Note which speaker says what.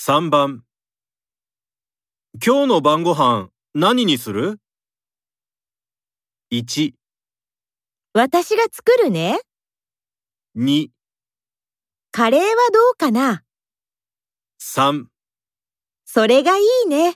Speaker 1: 3番今日の晩ご飯何にする ?1、
Speaker 2: 私が作るね。
Speaker 1: 2、
Speaker 2: カレーはどうかな
Speaker 1: 3
Speaker 2: それがいいね。